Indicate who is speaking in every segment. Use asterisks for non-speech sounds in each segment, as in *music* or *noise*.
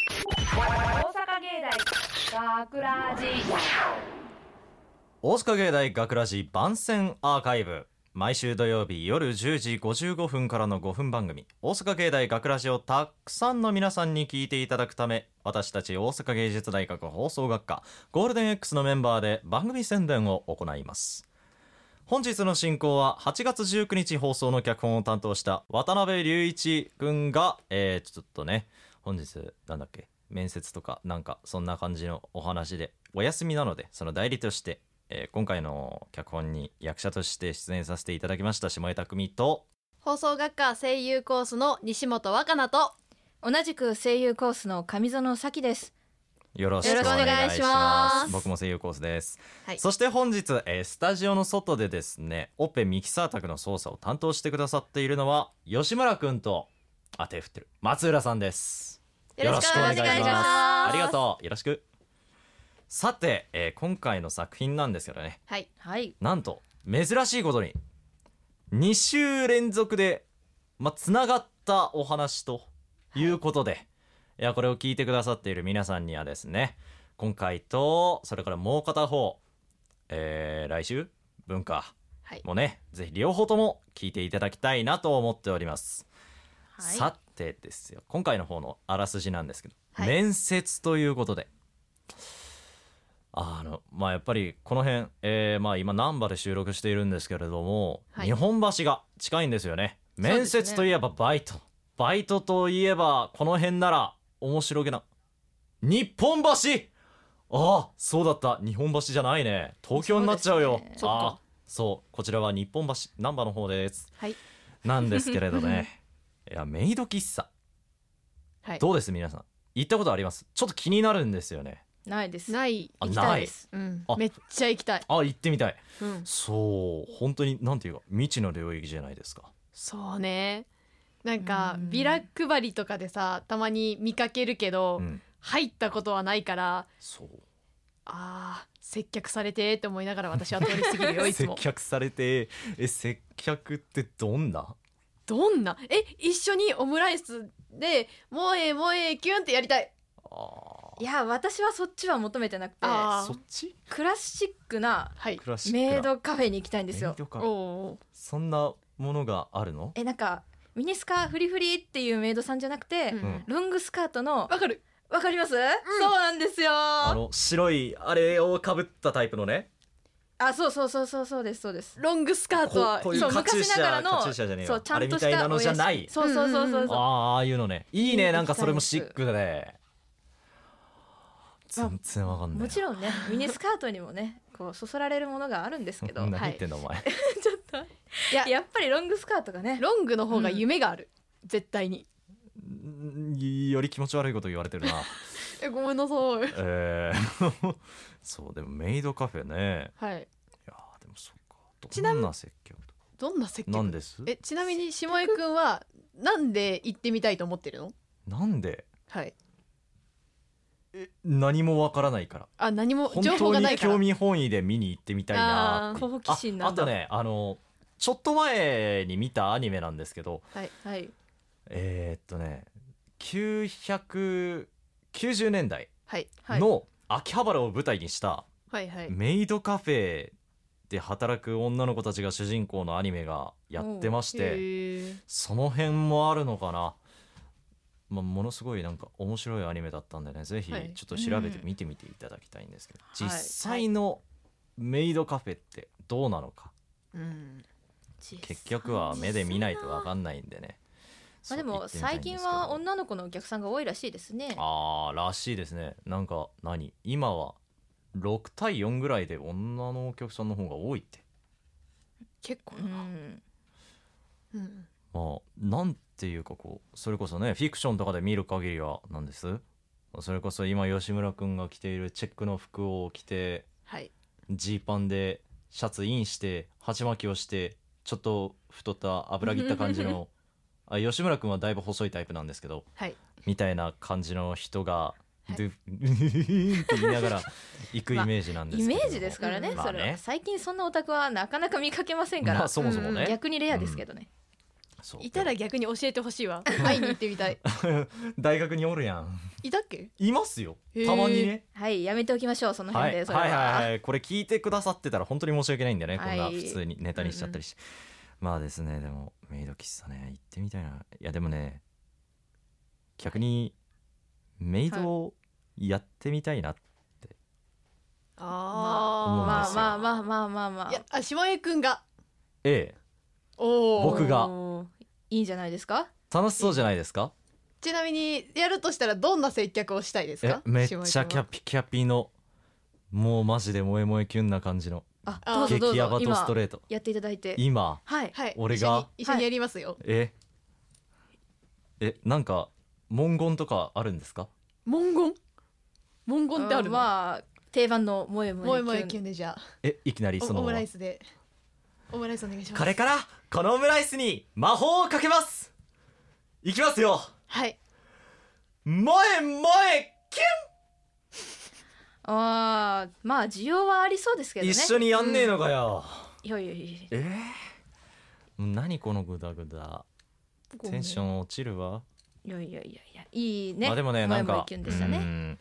Speaker 1: 大阪芸大学ラジ
Speaker 2: 大阪芸大学ラジ番宣アーカイブ毎週土曜日夜10時55分からの5分番組「大阪芸大学ラジをたくさんの皆さんに聞いていただくため私たち大阪芸術大学放送学科ゴールデン X のメンバーで番組宣伝を行います本日の進行は8月19日放送の脚本を担当した渡辺隆一君が、えー、ちょっとね本日なんだっけ面接とかなんかそんな感じのお話でお休みなのでその代理として、えー今回の脚本に役者として出演させていただきました下江匠と
Speaker 3: 放送学科声優コースの西本若菜と
Speaker 4: 同じく声優コースの上園咲です
Speaker 2: よろしくお願いします僕も声優コースです、
Speaker 3: はい
Speaker 2: そして本日、えースタジオの外でですねオペミキサー宅の操作を担当してくださっているのは吉村くんとあ手振ってる松浦さんです
Speaker 3: よろしくお願いします
Speaker 2: ありがとうよろしくさて、えー今回の作品なんですけどね
Speaker 3: はい
Speaker 4: はい
Speaker 2: なんと珍しいことに2週連続でまあつながったお話ということで、い、やこれを聞いてくださっている皆さんにはですね今回とそれからもう片方、えー来週文化
Speaker 3: はい
Speaker 2: もねぜひ両方とも聞いていただきたいなと思っております。さてですよ今回の方のあらすじなんですけど、
Speaker 3: はい
Speaker 2: 面接ということであのまあやっぱりこの辺、えーまあ、今難波で収録しているんですけれども、
Speaker 3: はい
Speaker 2: 日本橋が近いんですよね
Speaker 3: ね
Speaker 2: 面接といえばバイト、バイトといえばこの辺なら面白げな日本橋ああそうだった日本橋じゃないね東京になっちゃうよ
Speaker 3: そうですね
Speaker 2: ああそうこちらは日本橋難波の方です
Speaker 3: はい
Speaker 2: なんですけれど
Speaker 3: *laughs*
Speaker 2: ねいやメイド喫茶
Speaker 3: はい
Speaker 2: どうです皆さん行ったことありますちょっと気になるんですよね
Speaker 4: ないです
Speaker 3: ない
Speaker 2: あ
Speaker 3: 行きたいですうん
Speaker 2: あ
Speaker 3: めっちゃ行きたい
Speaker 2: あ行ってみたい
Speaker 3: うん
Speaker 2: そう本当になんていうか未知の領域じゃないですか
Speaker 3: そうねなんか
Speaker 4: うん
Speaker 3: ビラ配りとかでさたまに見かけるけど、
Speaker 2: うん
Speaker 3: 入ったことはないから
Speaker 2: そう
Speaker 3: あー接客されてって思いながら私は通り過ぎ
Speaker 2: *laughs*
Speaker 3: るよいつ
Speaker 2: 接
Speaker 3: も
Speaker 2: 客されてえ接客ってどんな
Speaker 3: どんなえ一緒にオムライスでもうええもうええキュンってやりたい
Speaker 2: あ
Speaker 4: いや私はそっちは求めてなくて
Speaker 3: あ
Speaker 2: ー
Speaker 3: ー
Speaker 2: そっち
Speaker 4: クラシックな
Speaker 3: はい
Speaker 2: クラシックな
Speaker 4: メイドカフェに行きたいんです
Speaker 2: メ
Speaker 4: よ
Speaker 2: イドか
Speaker 3: おお
Speaker 2: そんなものがあるの
Speaker 4: えなんかミニスカフリフリっていうメイドさんじゃなく
Speaker 3: ー
Speaker 4: て、
Speaker 3: うん
Speaker 2: う
Speaker 3: わ
Speaker 2: ん、
Speaker 4: ロングスカートの
Speaker 3: かる
Speaker 4: わかります、そうなんですよ
Speaker 2: あ
Speaker 4: あ
Speaker 2: の白いあれをかぶったタイプのね
Speaker 4: そうそうそうそうそうですそうです
Speaker 3: ロングスカートは
Speaker 2: こういう
Speaker 4: そう
Speaker 2: カチューシャ
Speaker 4: 昔ながらの
Speaker 2: カチューシャじゃねえよ
Speaker 4: そうちゃんとした
Speaker 2: あれみたいなのじゃない
Speaker 4: お屋敷そうそうそうそうそう
Speaker 2: ああああいうのねいいねなんかそれもシックで
Speaker 4: まあ
Speaker 2: 全然わかんない
Speaker 4: もち
Speaker 2: ん
Speaker 4: ろんねミニスカートにもねこうそそられるものがあるんですけ
Speaker 2: *laughs*
Speaker 4: ど、*laughs*
Speaker 2: 何言ってんだお前
Speaker 3: い
Speaker 4: やっぱりロングスカートがね
Speaker 3: ロングの方が夢がある、絶対に
Speaker 2: んより気持ち悪いこと言われてるな
Speaker 3: えごめんなさい
Speaker 2: えー *laughs* そうでもメイドカフェね
Speaker 3: はい
Speaker 2: いやーでもそっか
Speaker 3: ちなみ
Speaker 2: どんな接客とか
Speaker 3: どんな接客
Speaker 2: なんです
Speaker 3: えちなみに下江くんはなんで行ってみたいと思ってるの
Speaker 2: なんで
Speaker 3: はい
Speaker 2: 何もわからないから
Speaker 3: あ何も
Speaker 2: 本
Speaker 3: 情報
Speaker 2: 当
Speaker 3: がな
Speaker 2: に
Speaker 3: いから
Speaker 2: 興味本位で見に行ってみたいなっていう
Speaker 4: あー好奇心なんだ
Speaker 2: ああとねあのちょっと前に見たアニメなんですけど
Speaker 3: はいはい
Speaker 2: えーっとね990年代
Speaker 3: はいはい
Speaker 2: の秋葉原を舞台にした
Speaker 3: はいはい
Speaker 2: メイドカフェで働く女の子たちが主人公のアニメがやってまして
Speaker 3: へー
Speaker 2: その辺もあるのかな、まあ、ものすごいなんか面白いアニメだったんでねぜひちょ
Speaker 3: はい
Speaker 2: っと調べて見てみていただきたいんですけど、実際のメイドカフェってどうなのか、
Speaker 3: うん
Speaker 2: 結局は目で見ないと分かんないんでね。
Speaker 4: まあ、で
Speaker 2: そう
Speaker 4: も最近は女の子のお客さんが多いらしいですね
Speaker 2: あーらしいですねなんか何今は6対4ぐらいで女のお客さんの方が多いって
Speaker 3: 結構
Speaker 4: う
Speaker 3: な、
Speaker 4: ん
Speaker 3: うん、
Speaker 2: まあなんていうかこうそれこそねフィクションとかで見る限りはなんですそれこそ今吉村君が着ているチェックの服を着て
Speaker 3: はい
Speaker 2: ジーパンでシャツインして鉢巻きをしてちょっと太った油切った感じ *laughs* のあ吉村君はだいぶ細いタイプなんですけど
Speaker 3: はい
Speaker 2: みたいな感じの人が、
Speaker 3: い
Speaker 2: ドゥって言いながら行くイメージなんです
Speaker 4: イ
Speaker 2: けど、
Speaker 4: メージですからね,、
Speaker 3: うん
Speaker 4: それは
Speaker 2: まあね
Speaker 4: 最近そんなオタクはなかなか見かけませんから、
Speaker 2: まあそもそもね
Speaker 4: うん逆にレアですけどね、
Speaker 2: そう *laughs*
Speaker 3: いたら逆に教えてほしいわ会いに行ってみたい
Speaker 2: 大学におるやん
Speaker 3: いたっけ
Speaker 2: いますよ
Speaker 3: へー
Speaker 2: たまにね
Speaker 4: はいやめておきましょうその
Speaker 2: は
Speaker 4: 辺
Speaker 2: い、
Speaker 4: でそれ
Speaker 2: はいはい
Speaker 4: は
Speaker 2: はいこれ聞いてくださってたら本当に申し訳ないんでね、
Speaker 4: はい
Speaker 2: こんな普通にネタにしちゃったりして、まあですねでもメイド喫茶ね行ってみたいないやでもね逆にメイドをやってみたいな、
Speaker 3: あ
Speaker 4: ま
Speaker 2: は
Speaker 4: あ
Speaker 2: い
Speaker 4: まあまあまあまあま
Speaker 3: あ
Speaker 4: あ
Speaker 3: いやあ下江くんが
Speaker 2: ええ
Speaker 3: おお
Speaker 2: 僕が
Speaker 4: おーいいんじゃないですか
Speaker 2: 楽しそうじゃないですか
Speaker 3: ちなみにやるとしたらどんな接客をしたいです
Speaker 2: え
Speaker 3: か
Speaker 2: めっち
Speaker 3: 下
Speaker 2: ゃ
Speaker 3: 江
Speaker 2: キャピキャピのもうマジで萌え萌えキュンな感じの
Speaker 4: あ
Speaker 3: あ
Speaker 4: どうぞどう
Speaker 2: 激ヤ
Speaker 4: ぞ
Speaker 2: バと
Speaker 4: 今
Speaker 2: ストレート
Speaker 4: やっていただいて
Speaker 2: 今
Speaker 4: はい
Speaker 3: 君はい
Speaker 2: 俺が
Speaker 3: 一緒に一緒にやりますよ、
Speaker 2: ええなんか文言とかあるんですか
Speaker 3: 文言文言ってある
Speaker 4: うん
Speaker 3: の
Speaker 4: まあ定番の萌え
Speaker 3: も
Speaker 4: 萌
Speaker 3: え
Speaker 4: え
Speaker 3: もえ
Speaker 4: キュ
Speaker 3: キュ
Speaker 4: ン
Speaker 3: ンでじゃあ
Speaker 2: えいきなりそ
Speaker 3: お
Speaker 2: の
Speaker 3: オ
Speaker 2: ま
Speaker 3: ム
Speaker 2: ま
Speaker 3: ライスでオムライスお願いします
Speaker 2: これからこのオムライスに魔法をかけますいきますよ
Speaker 3: はい
Speaker 2: 萌え萌えキ
Speaker 4: あーまあ需要はありそうですけ
Speaker 2: ュ
Speaker 4: ど
Speaker 2: ン、
Speaker 4: ね
Speaker 2: 一緒にやんねえのかよ、
Speaker 4: いやいやいやい
Speaker 2: ええもう何このグダグダ
Speaker 4: や
Speaker 2: テンション落ちるわ、
Speaker 4: いやいやいやいやいいね
Speaker 2: まあでもね
Speaker 4: 萌
Speaker 2: な
Speaker 4: え
Speaker 2: ん
Speaker 4: 萌え
Speaker 2: か
Speaker 4: キュンでしたね
Speaker 2: うん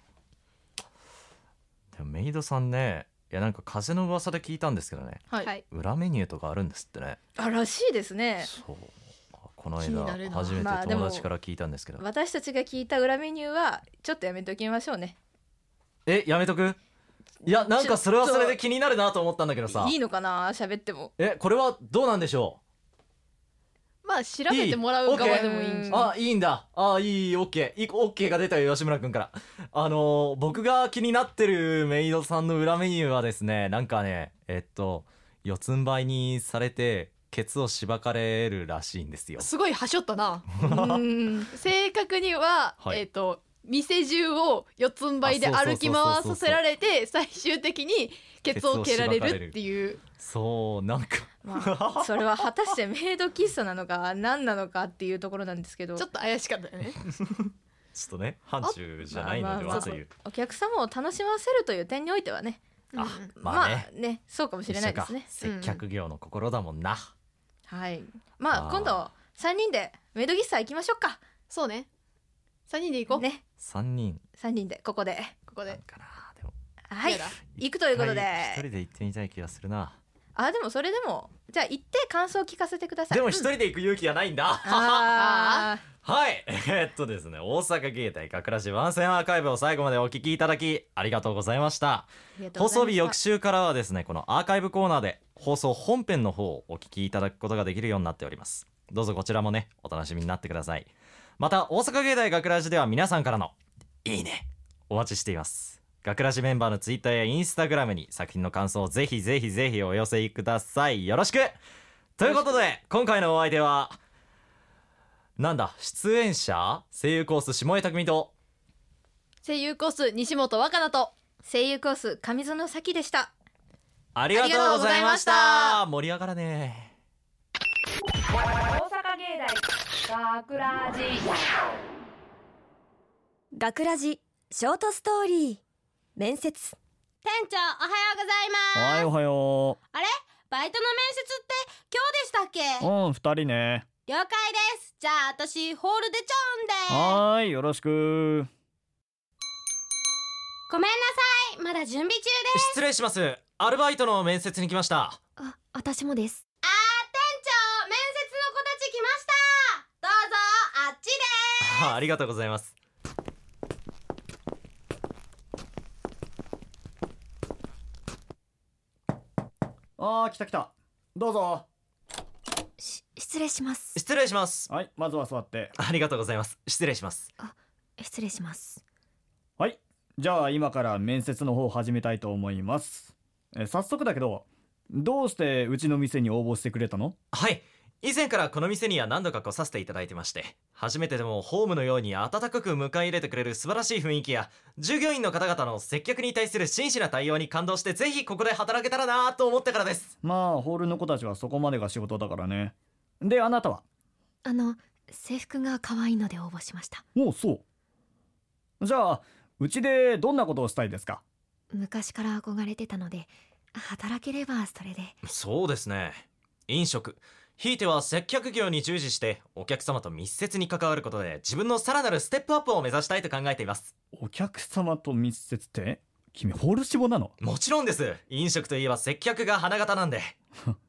Speaker 2: でもメイドさんねいやなんか風の噂で聞いたんですけどね
Speaker 4: はい、
Speaker 3: はい
Speaker 2: 裏メニューとかあるんですってね
Speaker 4: あらしいですね
Speaker 2: そうこの
Speaker 3: 気にな
Speaker 2: 間
Speaker 3: るな
Speaker 2: 初めて
Speaker 4: まあでも
Speaker 2: 友達から聞いたんですけど、
Speaker 4: 私たちが聞いた裏メニューはちょっとやめておきましょうね
Speaker 2: えやめとくいやなんかそれは
Speaker 4: ちょ
Speaker 2: それで気になるなと思ったんだけどさ
Speaker 4: いいのかな喋っても
Speaker 2: えこれはどうなんでしょ
Speaker 3: まあ調べてもらう側でもいいんじ
Speaker 2: う
Speaker 3: ゃ
Speaker 4: う
Speaker 3: ない
Speaker 4: ん
Speaker 2: あいいんだあいいいいオッケーいいオッケーが出たよ吉村君からあのー僕が気になってるメイドさんの裏メニューはですねなんかねえっと四つん這いにされてケツをしばかれるらしいんですよ
Speaker 3: すごいはしょったな
Speaker 4: うーん
Speaker 3: 正確には、
Speaker 2: はい
Speaker 3: えっ、と店中を四つん這いで歩き回させられて最終的にケツを蹴られるっていう
Speaker 2: そうなんか
Speaker 4: まあそれは果たしてメイド喫茶なのか何なのかっていうところなんですけど
Speaker 3: ちょっと怪しかったよね
Speaker 2: *laughs* ちょっとね範疇じゃないので
Speaker 4: まあまあま
Speaker 2: は
Speaker 4: あ
Speaker 2: という
Speaker 4: お客様を楽しませるという点においてはね
Speaker 2: あ
Speaker 4: まあ
Speaker 2: まあね
Speaker 4: ね,、そうかもしれないですね
Speaker 2: 一緒か接客業の心だもんな、
Speaker 4: はいま
Speaker 2: あ
Speaker 4: あ
Speaker 2: ー
Speaker 4: 今度3人でメイド喫茶行きましょうか
Speaker 3: そうね3人で行こう、
Speaker 4: ね
Speaker 2: 三人
Speaker 4: 3人でここで
Speaker 3: ここ
Speaker 2: なん
Speaker 3: で
Speaker 2: かなでも
Speaker 4: はい
Speaker 3: やだ
Speaker 4: 行くということで
Speaker 2: 一回一人で行ってみたい気がするな
Speaker 4: あでもそれでもじゃあ行って感想を聞かせてください
Speaker 2: でも一人で行く勇気がないんだ、
Speaker 4: あー
Speaker 2: はい。えーっとですね、大阪芸大学らし番宣アーカイブを最後までお聞きいただき、ありがとうございました。
Speaker 4: ありがとうございました
Speaker 2: 放送日翌週からはですね、このアーカイブコーナーで放送本編の方をお聞きいただくことができるようになっております。どうぞこちらもね、お楽しみになってください。また、大阪芸大学ラジでは皆さんからの、いいね、お待ちしています。学ラジメンバーのツイッターやインスタグラムに作品の感想をぜひぜひぜひお寄せください。よろしくということで、今回のお相手は、なんだ、出演者声優コース下江匠と、
Speaker 3: 声優コース西本若菜と
Speaker 4: 声優コース上園咲でした
Speaker 2: ありがとうございまし
Speaker 3: ありがとうございま
Speaker 2: た盛り上がらねえ。
Speaker 1: 大阪芸大学ラジ
Speaker 5: 学ラジショートストーリー面接
Speaker 6: 店長おはようございます
Speaker 7: はいおはよ
Speaker 6: バイトの面接って今日でしたっ
Speaker 7: う
Speaker 6: け
Speaker 7: うん二人ね
Speaker 6: 了解ですじゃあ私ホール出ちゃうんで
Speaker 7: はーいよろしく
Speaker 6: ごめんなさいまだ準備中です
Speaker 2: 失礼します。アルバイトの面接に来ました。
Speaker 5: あ私もです
Speaker 6: 店長面接の子たち来ましたどうぞあっちで
Speaker 2: あありがとうございます。
Speaker 7: あー来た来たどうぞ
Speaker 5: し失礼します
Speaker 2: 失礼します。
Speaker 7: はいまずは座って
Speaker 2: ありがとうございます。失礼します。
Speaker 5: 失礼します
Speaker 7: はいじゃあ今から面接の方を始めたいと思いますえ早速だけどどうしてうちの店に応募してくれたの
Speaker 2: はい。以前からこの店には何度か来させていただいてまして、初めてでもホームのように温かく迎え入れてくれる素晴らしい雰囲気や、従業員の方々の接客に対する真摯な対応に感動して、ぜひここで働けたらなぁと思ったからです。
Speaker 7: まあホールの子たちはそこまでが仕事だからねであなたは
Speaker 5: あの制服が可愛いので応募しました
Speaker 7: おうそうじゃあうちでどんなことをしたいですか
Speaker 5: 昔から憧れてたので働ければそれで
Speaker 2: そうですね飲食ひいては接客業に従事してお客様と密接に関わることで自分のさらなるステップアップを目指したいと考えています
Speaker 7: お客様と密接って君ホール志望なの
Speaker 2: もちろんです飲食といえば接客が花形なんで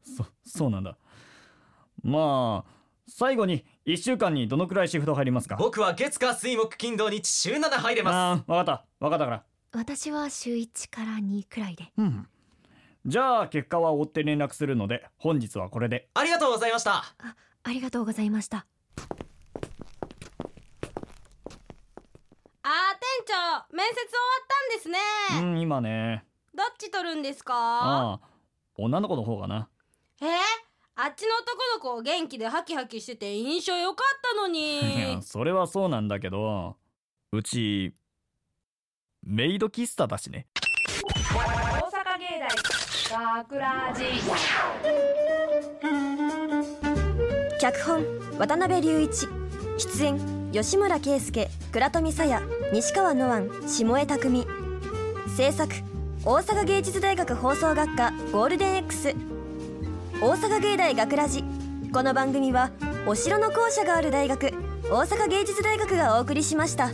Speaker 7: そそうなんだまあ最後に1週間にどのくらいシフト入りますか
Speaker 2: 僕は月火水木金土日週7入れます
Speaker 7: ああ分かった分かったから
Speaker 5: 私は週1から2くらいで
Speaker 7: うんじゃあ結果は追って連絡するので本日はこれで
Speaker 2: ありがとうございました
Speaker 5: ありがとうございました
Speaker 6: あー店長面接終わったんですね
Speaker 7: うん今ね
Speaker 6: どっち取るんですか
Speaker 7: ああ女の子の方がな
Speaker 6: えー、あっちの男の子元気でハキハキしてて印象良かったの
Speaker 7: *laughs* いや
Speaker 6: に
Speaker 7: それはそうなんだけどうちメイド喫茶だしね
Speaker 1: 大阪芸大学ラジ
Speaker 5: 脚本渡辺隆一出演吉村圭介倉富沙耶西川ノアン下江拓海制作大阪芸術大学放送学科ゴールデン X 大阪芸大学ラジこの番組はお城の校舎がある大学大阪芸術大学がお送りしました。